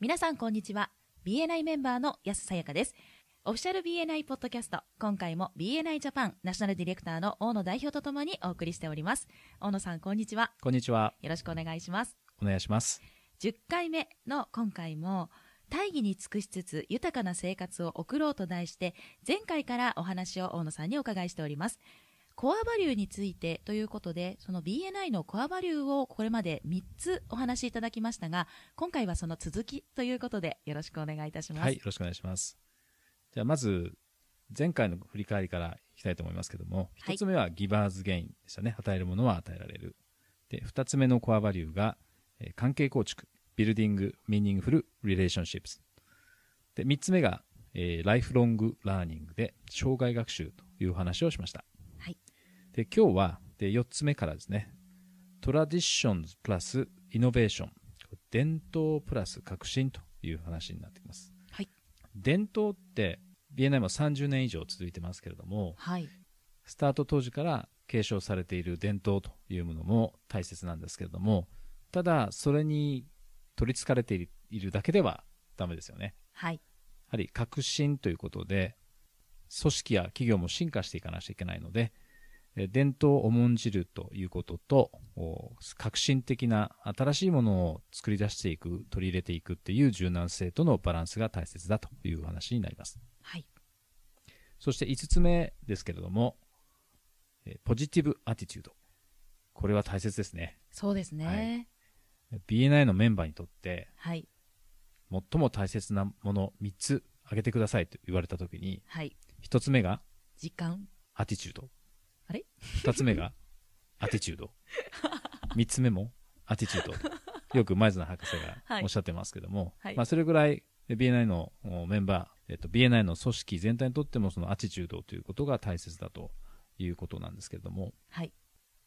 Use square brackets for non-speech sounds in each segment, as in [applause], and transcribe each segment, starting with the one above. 皆さんこんにちは BNI メンバーの安さやかですオフィシャル BNI ポッドキャスト今回も BNI ジャパンナショナルディレクターの大野代表とともにお送りしております大野さんこんにちはこんにちは。よろしくお願いしますお願いします。 10回目の今回も大義に尽くしつつ豊かな生活を送ろうと題して前回からお話を大野さんにお伺いしておりますコアバリューについてということでその BNI のコアバリューをこれまで3つお話しいただきましたが今回はその続きということでよろしくお願いいたします、はい、よろしくお願いします。じゃあまず、前回の振り返りからいきたいと思いますけども、はい一つ目はギバーズゲインでしたね。与えるものは与えられる。で、二つ目のコアバリューが、えー関係構築、ビルディング、ミーニングフル、リレーションシップス。で、三つ目が、えーライフロングラーニングで、障害学習というお話をしました。はいで、今日は、で、4つ目からですね、トラディションズプラスイノベーション、伝統プラス革新という話になってきます。はい伝統って、BNI も30年以上続いてますけれども、はいスタート当時から継承されている伝統というものも大切なんですけれども、ただ、それに取り憑かれているいるだけではダメですよね。はいやはり革新ということで、組織や企業も進化していかなきゃいけないので、えー伝統を重んじるということと、お革新的な新しいものを作り出していく、取り入れていくっていう柔軟性とのバランスが大切だというお話になります。はいそして5つ目ですけれども、えーポジティブアティチュード。これは大切ですね。そうですね BNI のメンバーにとって、はい最も大切なもの3つ挙げてくださいと言われたときに、はい、 1つ目が時間アティチュード。あれ二つ目が、アティチ [laughs] ュード。三つ目も、アティチュード。よく前綱博士はがいおっしゃってますけども、はいまあそれぐらいえ BNI のおメンバー、えっと、BNI の組織全体にとってもそのアティチュードということが大切だということなんですけれども、はい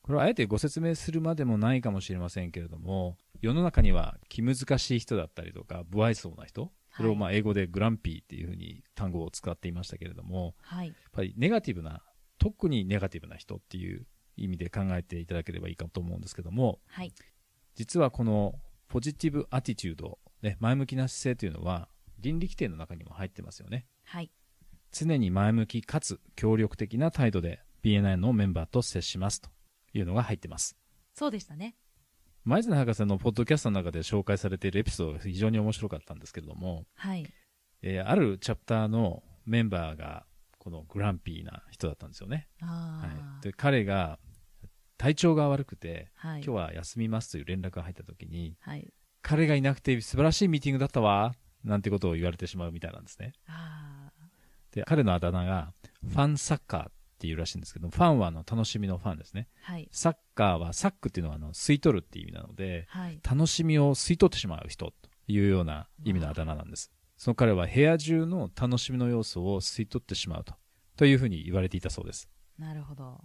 これはあえてご説明するまでもないかもしれませんけれども、世の中には気難しい人だったりとか、不愛想な人、これをまあ英語でグランピーっていうふうに単語を使っていましたけれども、はいやっぱりネガティブな、特にネガティブな人っていう意味で考えていただければいいかと思うんですけども、はい実はこのポジティブアティチュード、ね、前向きな姿勢というのは、倫理規定の中にも入ってますよね。はい常に前向きかつ協力的な態度で BNI のメンバーと接しますというのが入ってます。そうでしたね前津博士のポッドキャストの中で紹介されているエピソードが非常に面白かったんですけれども、はいえーあるチャプターのメンバーがこのグランピーな人だったんですよね。あはい、あで彼が体調が悪くて、はい今日は休みますという連絡が入った時にはい彼がいなくて素晴らしいミーティングだったわなんてことを言われてしまうみたいなんですねあで彼のあだ名がファンサッカーっていうらしいんですけどファンはあの楽しみのファンですねあはいサッカーはサックっていうのはあの吸い取るっていう意味なのではい楽しみを吸い取ってしまう人というような意味のあだ名なんですその彼は部屋中の楽しみの要素を吸い取ってしまうとというふうに言われていたそうですなるほど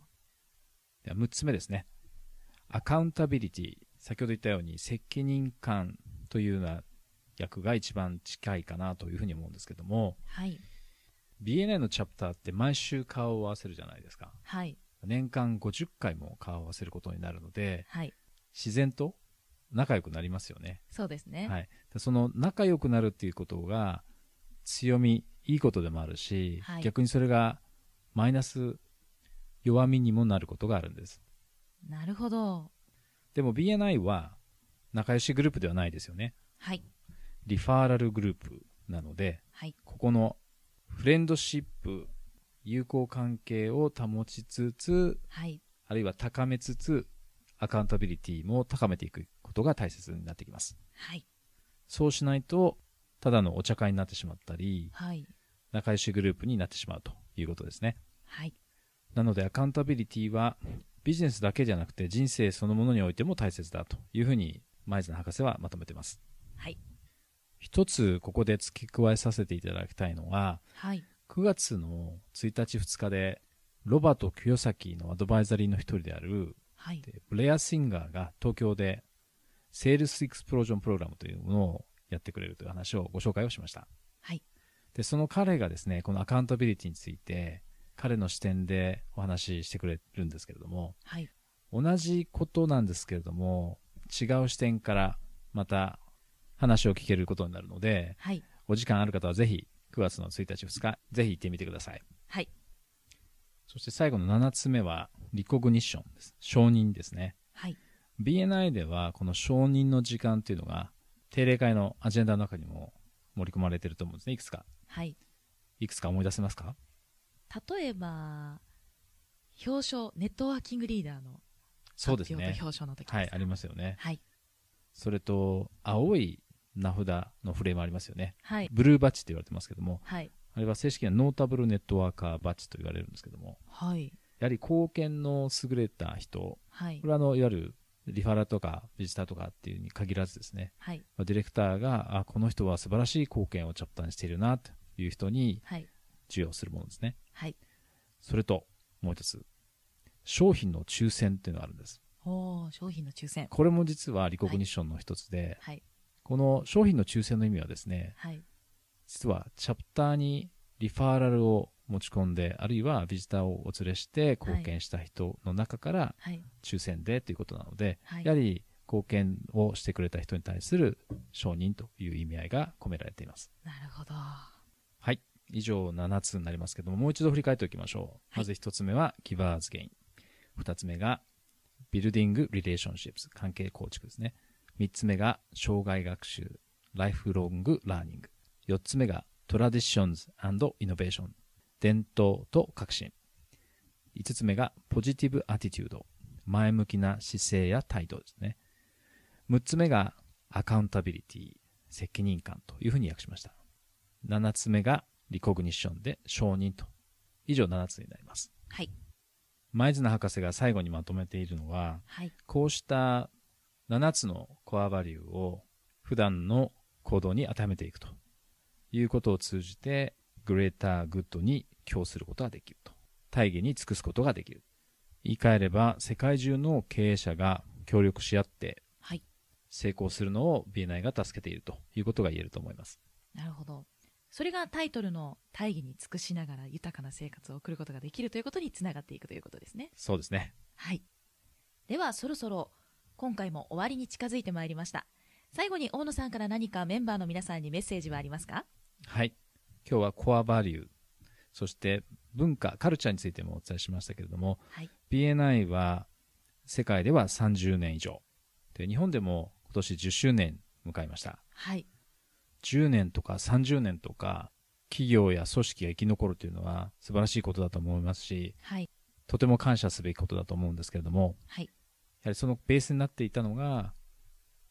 では6つ目ですね。アカウンタビリティ。先ほど言ったように責任感というような役が一番近いかなというふうに思うんですけども、はい BNA のチャプターって毎週顔を合わせるじゃないですか。はい年間50回も顔を合わせることになるので、はい自然と仲良くなりますよね。そうですねはい。でその仲良くなるっていうことが強み、いいことでもあるし、はい逆にそれがマイナス、弱みにもなることがあるんです。なるほどでも BNI は仲良しグループではないですよね。はいリファーラルグループなので、はいここのフレンドシップ、友好関係を保ちつつ、はいあるいは高めつつ、アカウンタビリティも高めていくことが大切になってきます。はいそうしないと、ただのお茶会になってしまったり、はい仲良しグループになってしまうということですね。はいなのでアカウンタビリティはビジネスだけじゃなくて人生そのものにおいても大切だというふうに前津博士はまとめてます。はい一つここで付け加えさせていただきたいのははい9月の1日2日でロバート清崎のアドバイザリーの一人であるはいでブレア・シンガーが東京でセールスエクスプロージョンプログラムというものをやってくれるという話をご紹介をしましたはいでその彼がですねこのアカウンタビリティについて彼の視点でお話ししてくれるんですけれどもはい同じことなんですけれども違う視点からまた話を聞けることになるので、はい。お時間ある方はぜひ、9月の1日、2日、ぜひ行ってみてください。はい。そして最後の7つ目は、リコグニッションです。承認ですね。はい。 BNI では、この承認の時間っていうのが、定例会のアジェンダの中にも盛り込まれてると思うんですね。いくつか。はい。いくつか思い出せますか例えば、表彰、ネットワーキングリーダーのそうで発す表ねと。表彰の時です。はい、ありますよね。はい。それと、青い名札のフレームありますよね。はい。ブルーバッジって言われてますけども、はい。あれは正式にはノータブルネットワーカーバッジと言われるんですけども、はい。やはり貢献の優れた人、はいこ。れはあのいわゆるリファラとかビジターとかっていうに限らずですね、はい。まあディレクターが、あこの人は素晴らしい貢献をチャプターにしているなという人にはい。授与するものですね。はい。それと、もう一つ、商品の抽選っていうのがあるんです。おー、商品の抽選。これも実はリコグニッションの一つで、はい。この商品の抽選の意味はですね、はい。実はチャプターにリファーラルを持ち込んで、あるいはビジターをお連れして貢献した人の中からはい。抽選でということなので、はいやはり貢献をしてくれた人に対する承認という意味合いが込められています。なるほど。はい。以上7つになりますけども、もう一度振り返っておきましょう。はいまず1つ目はギバーズゲイン。2つ目がビルディング・リレーションシップス、関係構築ですね。3つ目が障害学習、ライフロング・ラーニング。4つ目がトラディションズイノベーション、伝統と革新。5つ目がポジティブ・アティチュード、前向きな姿勢や態度ですね。6つ目がアカウンタビリティ、責任感というふうに訳しました。7つ目がリコグニッションで承認と。以上7つになります。はい。前綱博士が最後にまとめているのは、はい。こうした7つのコアバリューを普段の行動に当てはめていくということを通じて、グレーターグッドに供することができると。大義に尽くすことができる。言い換えれば、世界中の経営者が協力し合ってはい。成功するのを BNI が助けているということが言えると思います。なるほど。それがタイトルの大義に尽くしながら豊かな生活を送ることができるということにつながっていくということですね。そうですね。はい。ではそろそろ今回も終わりに近づいてまいりました。最後に大野さんから何かメンバーの皆さんにメッセージはありますかはい。今日はコアバリュー、そして文化、カルチャーについてもお伝えしましたけれども、はい。 BNI は世界では30年以上。で、日本でも今年10周年迎えました。はい。 10年とか30年とか、企業や組織が生き残るというのは素晴らしいことだと思いますし、はい。とても感謝すべきことだと思うんですけれども、はい。やはりそのベースになっていたのが、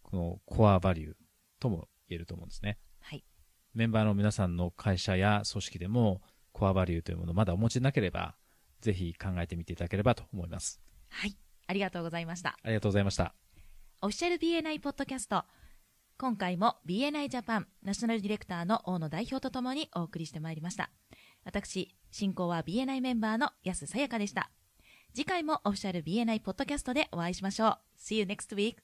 このコアバリューとも言えると思うんですね。はい。メンバーの皆さんの会社や組織でもコアバリューというものをまだお持ちでなければ、ぜひ考えてみていただければと思います。はい。ありがとうございました。ありがとうございました。オフィシャル BNI ポッドキャスト。今回も BNI ジャパンナショナルディレクターの大野代表とともにお送りしてまいりました。私、進行は BNI メンバーの安さやかでした。次回もオフィシャル BNI ポッドキャストでお会いしましょう。See you next week!